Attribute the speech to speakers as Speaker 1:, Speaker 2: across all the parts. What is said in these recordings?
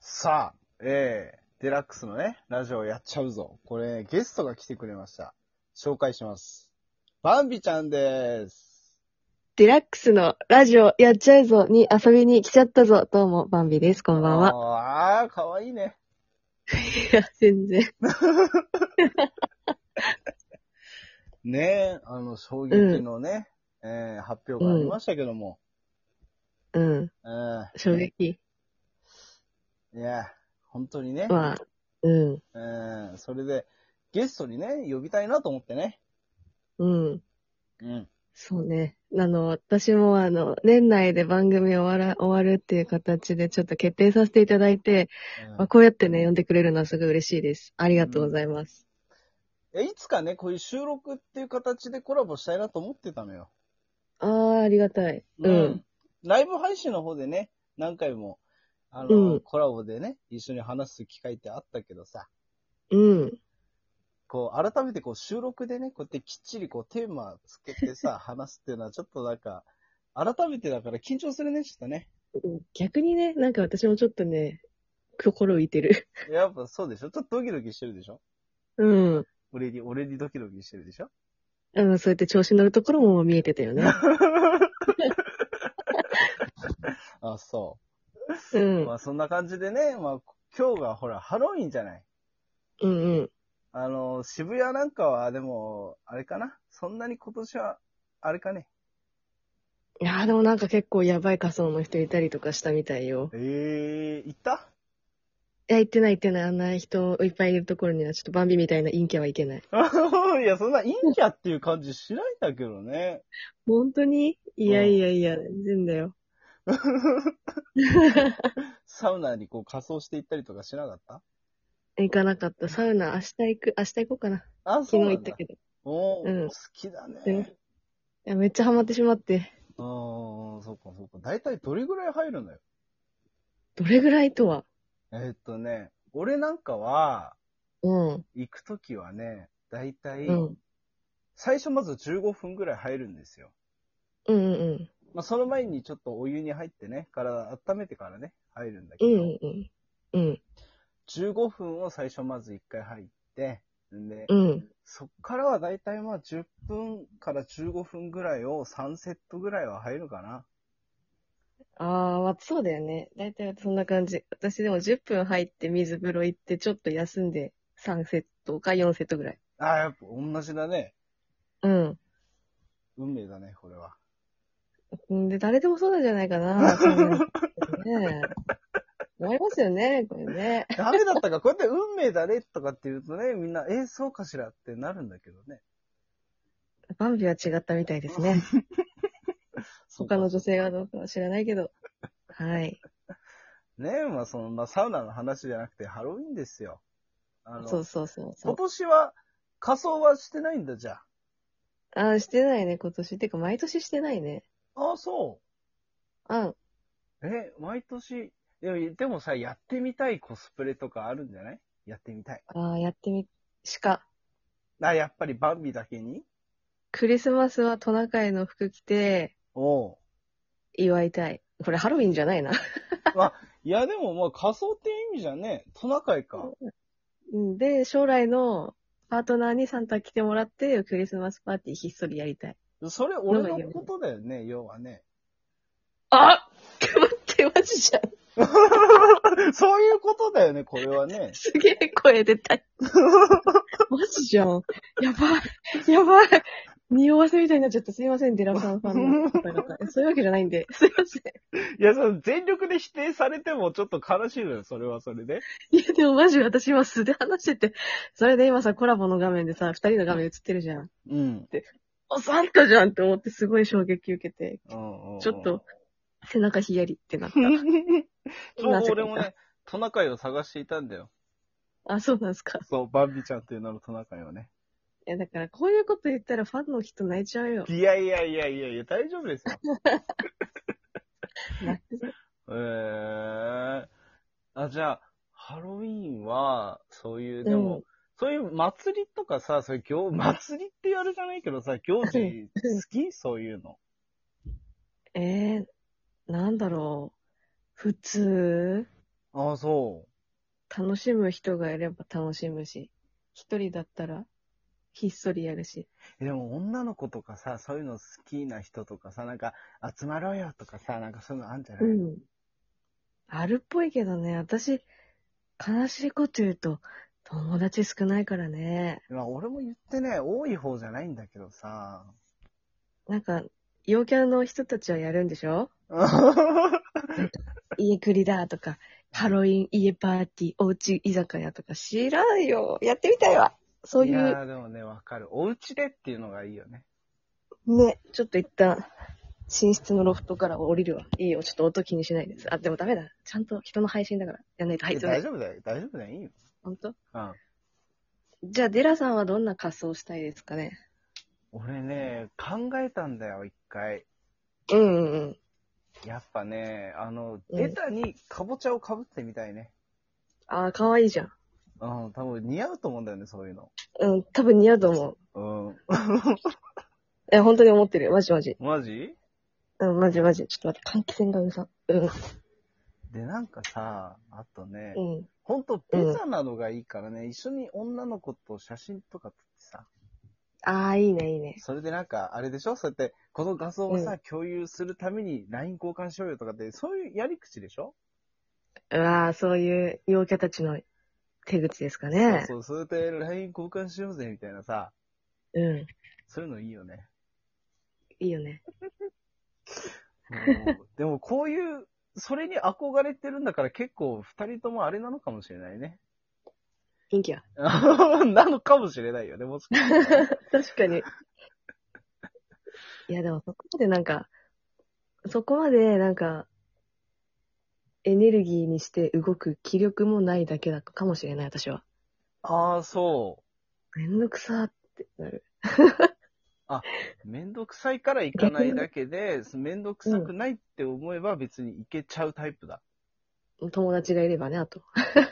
Speaker 1: さあ、えー、デラックスのね、ラジオやっちゃうぞ。これ、ゲストが来てくれました。紹介します。バンビちゃんです。
Speaker 2: デラックスのラジオやっちゃうぞに遊びに来ちゃったぞ。どうも、バンビです。こんばんは。
Speaker 1: は。あー、かわいいね。
Speaker 2: いや、全然。
Speaker 1: ねえ、あの、衝撃のね、えー、発表がありましたけども。
Speaker 2: うん。
Speaker 1: うん。
Speaker 2: 衝撃。
Speaker 1: いや、本当にね。
Speaker 2: まあ、うん。
Speaker 1: うん、それで、ゲストにね、呼びたいなと思ってね。
Speaker 2: うん。
Speaker 1: うん。
Speaker 2: そうね。あの、私もあの、年内で番組終わら、終わるっていう形でちょっと決定させていただいて、まあ、こうやってね、呼んでくれるのはすごい嬉しいです。ありがとうございます。
Speaker 1: え、いつかね、こういう収録っていう形でコラボしたいなと思ってたのよ。
Speaker 2: ああ、ありがたい。うん。。
Speaker 1: ライブ配信の方でね、何回も、あの、
Speaker 2: うん
Speaker 1: コラボでね、一緒に話す機会ってあったけどさ、
Speaker 2: うん。
Speaker 1: こう、改めてこう、収録でね、こうやってきっちりこう、テーマつけて さ、話すっていうのはちょっとなんか、改めてだから緊張するね、ちょっとね。
Speaker 2: 逆にね、なんか私もちょっとね、心浮いてる。
Speaker 1: やっぱそうでしょちょっとドキドキしてるでしょ
Speaker 2: うん。
Speaker 1: 俺に、俺にドキドキしてるでしょ
Speaker 2: うん、そうやって調子乗るところも見えてたよね。
Speaker 1: あ、そうう。
Speaker 2: ん
Speaker 1: ま。あそんな感じでね、まあ今日がほら、ハロウィンじゃない
Speaker 2: うんうん。
Speaker 1: あの、渋谷なんかは、でも、あれかなそんなに今年は、あれかね
Speaker 2: いやーでもなんか結構やばい仮装の人いたりとかしたみたいよ。
Speaker 1: ええ行った
Speaker 2: いや、行ってない行ってない。あんな人いっぱいいるところにはちょっとバンビみたいな陰キャはいけない。
Speaker 1: いや、そんな陰キャっていう感じしないんだけどね。
Speaker 2: 本当にいや
Speaker 1: うん
Speaker 2: いやいや、全然だよ。
Speaker 1: サウナにこう仮装して行ったりとかしなかった
Speaker 2: 行かなかった。サウナ明日行く、明日行こうかな。
Speaker 1: あ、
Speaker 2: 昨
Speaker 1: そう
Speaker 2: 日
Speaker 1: なんだ。
Speaker 2: 行ったけど。い
Speaker 1: おー
Speaker 2: うん
Speaker 1: 好きだね。う
Speaker 2: うんん、や、めっちゃハマってしまって。
Speaker 1: そうかそうか。だいたいどれぐらい入るのよ
Speaker 2: どれぐらいとは
Speaker 1: えーっとね、俺なんかは、
Speaker 2: うん。
Speaker 1: 行くときはね、だいたい、
Speaker 2: うん。
Speaker 1: 最初まず15分ぐらい入るんですよ。
Speaker 2: うんうん
Speaker 1: まあ、その前にちょっとお湯に入ってね、体温めてからね、入るんだけ
Speaker 2: うん。う
Speaker 1: ど、
Speaker 2: んうんうん。うん。
Speaker 1: 15分を最初まず1回入って、んで、
Speaker 2: うん。
Speaker 1: そっからはだいたいまあ10分から15分ぐらいを3セットぐらいは入るかな。
Speaker 2: ああ、まあそうだよね。だいたいそんな感じ。私でも10分入って水風呂行ってちょっと休んで3セットか4セットぐらい。
Speaker 1: ああ、やっぱ同じだね。
Speaker 2: うん。
Speaker 1: 運命だね、これは。
Speaker 2: うんで、誰でもそうなんじゃないかな。そういうのね思いますよね、これね。
Speaker 1: ダメだったか、こうやって運命だねとかって言うとね、みんな、えーそうかしらってなるんだけどね。
Speaker 2: バンビは違ったみたいで すね。他の女
Speaker 1: 性。
Speaker 2: 性がどうかは知らないけど。はい。
Speaker 1: ねえ、まあその、まあサウナの話じゃなくてハロウィンですよ。あの
Speaker 2: そうそうそうそ
Speaker 1: 今
Speaker 2: う。
Speaker 1: 年は仮装はしてないんだ、じゃ
Speaker 2: あー、してないね、今年。てか、毎年してないね。
Speaker 1: あ。ああ、そ
Speaker 2: うん。
Speaker 1: う。え、毎年。でも、でもさ、やってみたいコスプレとかあるんじゃないやってみたい。
Speaker 2: あーやってみ、しか。
Speaker 1: あ、やっぱりバンビだけに
Speaker 2: クリスマスはトナカイの服着て、
Speaker 1: おう。
Speaker 2: 祝いたい。これハロウィンじゃないな。
Speaker 1: いや、でもまあ仮装って意味じゃね。トナカイか。
Speaker 2: うんで、将来のパートナーにサンタ来てもらって、クリスマスパーティーひっそりやりたい。
Speaker 1: それ俺のことだよね、要はね。
Speaker 2: あ待って、マジじゃん。
Speaker 1: そういうことだよね、これはね。
Speaker 2: すげえ声出た。 マジじゃん。やばい。やばい。匂わせみたいになっちゃった。すいません、デラさんファンの方 々。そういうわけじゃないんで。すいません。
Speaker 1: いや、その全力で否定されてもちょっと悲しいのよ、それはそれで。
Speaker 2: いや、でもマジ私今素で話してて。それで今さ、コラボの画面でさ、二人の画面映ってるじゃん。
Speaker 1: うん。
Speaker 2: お、サンタじゃんって思ってすごい衝撃受けて、
Speaker 1: ち
Speaker 2: ちょ っと。背中ヒヤリってなった。
Speaker 1: ちょうど俺も
Speaker 2: なぜ
Speaker 1: ね、トナカイを探していたんだよ。
Speaker 2: あ、そうなんですか。
Speaker 1: そう、バンビちゃんっていう名のトナカイをね。
Speaker 2: いや、だからこういうこと言ったらファンの人泣いちゃうよ。
Speaker 1: いやいやいやいやいや、大丈夫ですよ。
Speaker 2: 泣くぞ
Speaker 1: えー。あ、じゃあ、ハロウィーンは、そういう、でも、
Speaker 2: うん
Speaker 1: そういう祭りとかさ、そういう行、祭りって言われじゃないけどさ、行事好きそういうの。
Speaker 2: えー、なんだろう。普通
Speaker 1: あああ、そう。
Speaker 2: 楽しむ人がいれば楽しむし、一人だったら、ひっそりやるし。
Speaker 1: えでも女の子とかさ、そういうの好きな人とかさ、なんか集まろうよとかさ、なんかそういうのあんじゃな
Speaker 2: う
Speaker 1: い、
Speaker 2: ん。あるっぽいけどね、私、悲しいこと言うと、友達少ないからね。
Speaker 1: まあ俺も言ってね、多い方じゃないんだけど さ。
Speaker 2: なんか、陽キャの人たちはやるんでしょ家クリだとか、ハロウィン家パーティー、おうち居酒屋とか知らんよ。やってみたいわ。そうい
Speaker 1: や
Speaker 2: う、
Speaker 1: ーでもね、わかる。お家でっていうのがいいよね。
Speaker 2: ね、ちょっと一旦、寝室のロフトから降りるわ。いいよ、ちょっと音気にしないです。あ、でもダメだ。ちゃんと人の配信だから、やんないと。はいい、
Speaker 1: や
Speaker 2: すい
Speaker 1: 大丈夫
Speaker 2: ません。
Speaker 1: だよ。大丈夫だよ。いいよ。
Speaker 2: ほんと
Speaker 1: うん。
Speaker 2: じゃあ、デラさんはどんな仮装したいですかね
Speaker 1: 俺ね、考えたんだよ、一回。
Speaker 2: うんうんうん。
Speaker 1: やっぱね、あの、
Speaker 2: うん
Speaker 1: ベタにかぼちゃをかぶってみたいね。
Speaker 2: ああ、かわいいじゃん。
Speaker 1: うん、多分似合うと思うんだよね、そういうの。
Speaker 2: うん、多分似合うと思う。
Speaker 1: うん。
Speaker 2: え、本当に思ってるよ。マジマジ。
Speaker 1: マジ
Speaker 2: うん、マジマジ。ちょっと待って、換気扇がうるさ。うん、
Speaker 1: で、なんかさ、あとね、
Speaker 2: うん。
Speaker 1: ほんとベタなのがいいからね、一緒に女の子と写真とか撮ってさ、
Speaker 2: ああ、いいね、いいね。
Speaker 1: それでなんか、あれでしょそうやって、この画像をさ、
Speaker 2: う
Speaker 1: 共有するために LINE 交換しようよとかって、そういうやり口でしょ、
Speaker 2: うわあ、そういう陽キャたちの手口ですかね。
Speaker 1: そうそう、それで LINE 交換しようぜみたいなさ、
Speaker 2: う
Speaker 1: そういうのいいよね。
Speaker 2: ん。いいよね。
Speaker 1: うんでもこういう、それに憧れてるんだから結構二人ともあれなのかもしれないね。
Speaker 2: 陰キャ。
Speaker 1: なのかもしれないよね、もしかしたら。
Speaker 2: 確かに。 いや、でもそこまでなんか、そこまでなんか、エネルギーにして動く気力もないだけだかもしれない、私は。
Speaker 1: ああ、そ
Speaker 2: めんどくさーってなる。
Speaker 1: う。めんどくさいから行かないだけで、めんどくさくないって思えば別に行けちゃうタイプだ。
Speaker 2: 友達がいればね、あと。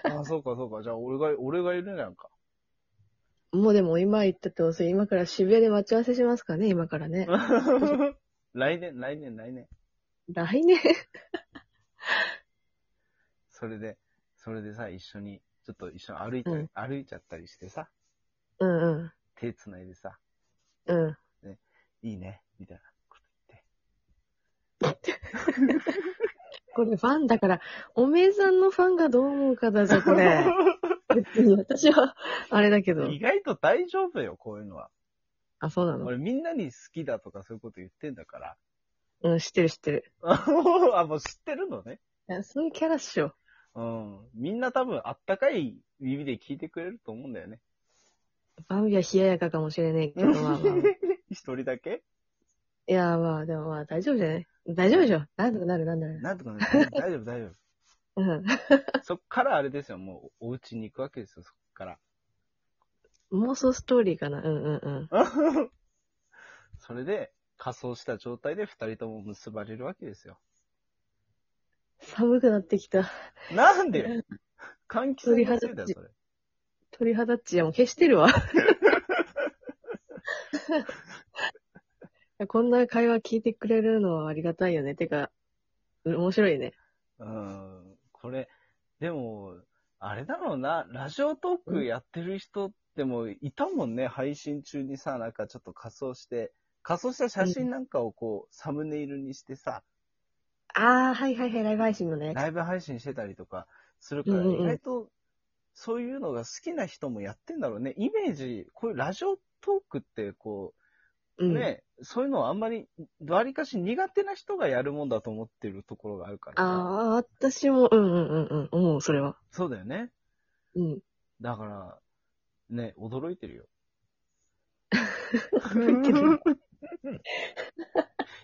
Speaker 1: ああ、そうかそうか。じゃあ俺が、俺がいるなんか。
Speaker 2: もうでも今言ったとおり、今から渋谷で待ち合わせしますかね、今からね。
Speaker 1: 来年、来年、来年。
Speaker 2: 来年
Speaker 1: それで、それでさ、一緒に、ちょっと一緒に歩いた、
Speaker 2: うん
Speaker 1: 歩いちゃったりしてさ、
Speaker 2: うんうん。
Speaker 1: 手繋いでさ、
Speaker 2: うん。
Speaker 1: いいね、みたいなこと言って。
Speaker 2: これファンだから、おめえさんのファンがどう思うかだぞ、こ れ。別に私は、あれだけど。
Speaker 1: 意外と大丈夫よ、こういうのは。
Speaker 2: あ、そうなの
Speaker 1: 俺みんなに好きだとかそういうこと言ってんだ から。
Speaker 2: うん、知ってる知ってる。
Speaker 1: あ、もう知ってるのね。
Speaker 2: いやそういうキャラっしょ。
Speaker 1: うん。みんな多分あったかい耳で聞いてくれると思うんだよね。
Speaker 2: バンビは冷ややかかもしれねえけど、 まあまあ。い
Speaker 1: 一人だけ
Speaker 2: や、まあ、でもまあ、大丈夫じゃない大丈夫でしょ。なんとかなる、なんとかなる。
Speaker 1: なんとかね、 大丈夫、大丈
Speaker 2: うん。
Speaker 1: 夫。そっからあれですよ、もうお家に行くわけですよ、そっから。
Speaker 2: 妄想ストーリーかな。うんうんうん。
Speaker 1: それで、仮装した状態で二人とも結ばれるわけですよ。
Speaker 2: 寒くなってきた。
Speaker 1: なんでよ 換気扇のせいだよ、それ。
Speaker 2: 鳥肌っち、いやもう消し てるわ。 こんな会話聞いてくれるのはありがたいよね。てか、うん面白いね。
Speaker 1: うん。これ、でも、あれだろうな、ラジオトークやってる人ってもいたもんね、配信中にさ、なんかちょっと仮装して、仮装した写真なんかをこう、サムネイルにしてさ、
Speaker 2: あー、はいはいはい、ライブ配信のね。
Speaker 1: ライブ配信してたりとかするから、
Speaker 2: うんうん
Speaker 1: 意
Speaker 2: うん
Speaker 1: 外と、そういうのが好きな人もやってんだろうね。イメージ、こういうラジオトークって、こ
Speaker 2: う
Speaker 1: う、
Speaker 2: ん。
Speaker 1: ね、そういうのはあんまり、わりかし苦手な人がやるもんだと思ってるところがあるからさ。
Speaker 2: あー、私も、うんうんうんうん、思う、それは。
Speaker 1: そうだよね。
Speaker 2: うん。
Speaker 1: だから、ね、驚いてるよ。
Speaker 2: いてる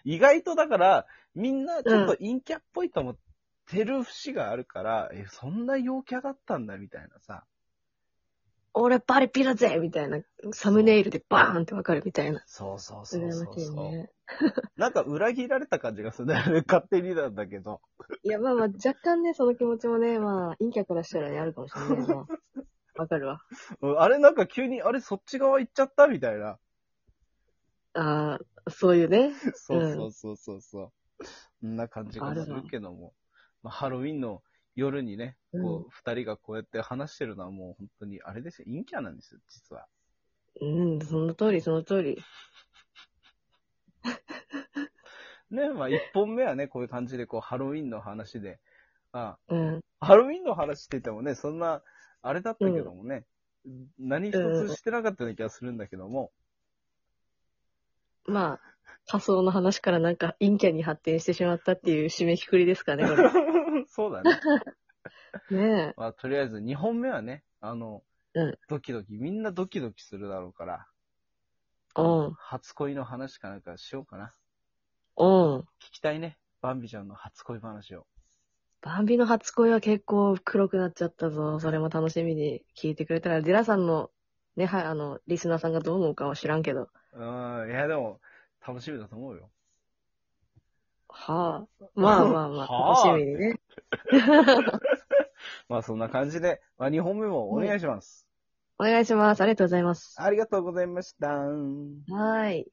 Speaker 1: 意外とだから、みんなちょっと陰キャっぽいと思ってる節があるから、え、そんな陽キャだったんだみたいなさ。
Speaker 2: 俺パリピだぜみたいな、サムネイルでバーンってわかるみたいな。
Speaker 1: そうそうそ
Speaker 2: 羨
Speaker 1: う
Speaker 2: まし
Speaker 1: そう
Speaker 2: い
Speaker 1: そう、
Speaker 2: ね。
Speaker 1: なんか裏切られた感じがするん だよね。勝手になんだけど。
Speaker 2: いや、まあまあ、若干ね、その気持ちもね、まあ、陰キャからしたらね、あるかもしれな いな。わかるわ。
Speaker 1: うんあれなんか急に、あれそっち側行っちゃったみたいな。
Speaker 2: あー、そういうね。
Speaker 1: そうそうそうそうそう。そんな感じがするけども。まあ、ハロウィンの夜にね、
Speaker 2: うん
Speaker 1: こう、二人がこうやって話してるのはもう本当に、あれですよ、陰キャなんですよ、実は。
Speaker 2: うん、その通り、その通り。
Speaker 1: ね、 まあ、一本目はね、こういう感じで、こう、ハロウィンの話で、あ、
Speaker 2: うん。
Speaker 1: ハロウィンの話って言ってもね、そんな、あれだったけどもね、何一つしてなかったような気がするんだけども、
Speaker 2: まあ、仮想の話からなんか陰キャに発展してしまったっていう締めくくりですかね、これ
Speaker 1: そうだね。
Speaker 2: ね
Speaker 1: まあ、とりあえず2本目はね、あの、
Speaker 2: うん
Speaker 1: ドキドキ、みんなドキドキするだろうから、
Speaker 2: え。うん、
Speaker 1: 初恋の話かなんかしようかな。
Speaker 2: うん。
Speaker 1: 聞きたいね。バンビちゃんの初恋話を。
Speaker 2: バンビの初恋は結構黒くなっちゃったぞ。それも楽しみに聞いてくれたら、デラさんの、ね、はい、あの、リスナーさんがどう思うかは知らんけど。
Speaker 1: うーん、いやでも、楽しみだと思うよ。
Speaker 2: はあ。まあまあま
Speaker 1: は
Speaker 2: あ、
Speaker 1: あ
Speaker 2: 楽しみにね。
Speaker 1: まあそんな感じで、まあ2本目もお願いします。
Speaker 2: お願いします。ありがとうございます。
Speaker 1: ありがとうございました。
Speaker 2: はーい。